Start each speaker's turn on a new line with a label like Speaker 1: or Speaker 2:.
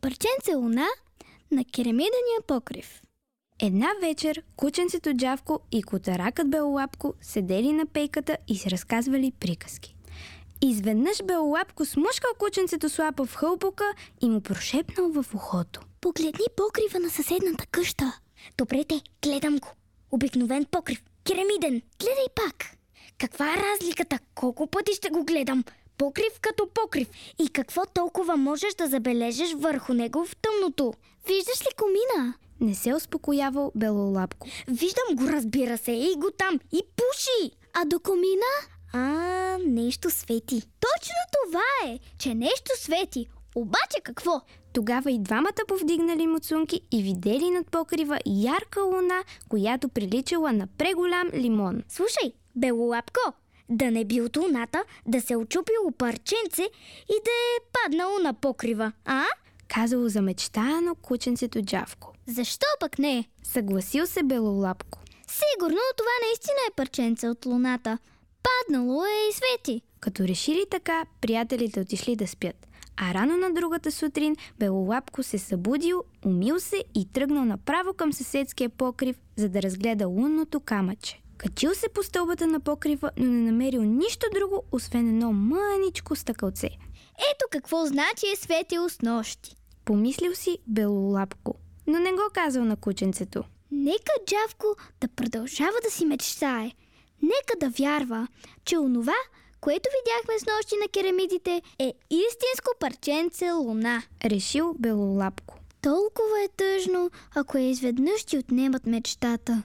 Speaker 1: парченце луна на керамидения покрив.
Speaker 2: Една вечер кученцето Джавко и котаракът Белолапко седели на пейката и си разказвали приказки. Изведнъж Белолапко смушкал кученцето с лапа в хълбока и му прошепнал в ухото.
Speaker 1: Погледни покрива на съседната къща.
Speaker 3: Добре те, гледам го. Обикновен покрив. Керамиден.
Speaker 1: Гледай пак.
Speaker 3: Каква е разликата? Колко пъти ще го гледам? Покрив като покрив. И какво толкова можеш да забележиш върху него в тъмното?
Speaker 1: Виждаш ли комина?
Speaker 2: Не се успокоявал Белолапко.
Speaker 3: Виждам го, разбира се. Ей го там. И пуши.
Speaker 1: А до комина?
Speaker 3: А, нещо свети.
Speaker 1: Точно това е, че нещо свети. Обаче какво?
Speaker 2: Тогава и двамата повдигнали муцунки и видели над покрива ярка луна, която приличала на преголям лимон.
Speaker 3: Слушай, белолапко, да не би от луната да се очупило парченце и да е паднало на покрива, а?
Speaker 2: Казало замечтано кученцето Джавко.
Speaker 1: Защо пък не?
Speaker 2: Съгласил се Белолапко.
Speaker 1: Сигурно това наистина е парченце от луната. Паднало е и свети.
Speaker 2: Като решили така, приятелите отишли да спят. А рано на другата сутрин Белолапко се събудил, умил се и тръгнал направо към съседския покрив, за да разгледа лунното камъче. Качил се по стълбата на покрива, но не намерил нищо друго, освен едно мъничко стъкълце.
Speaker 1: Ето какво значи е светил с нощи.
Speaker 2: Помислил си Белолапко, но не го казал на кученцето.
Speaker 1: Нека Джавко да продължава да си мечтае. Нека да вярва, че онова, което видяхме с нощи на керамидите, е истинско парченце луна.
Speaker 2: Решил Белолапко.
Speaker 1: Толкова е тъжно, ако изведнъж ти отнемат мечтата.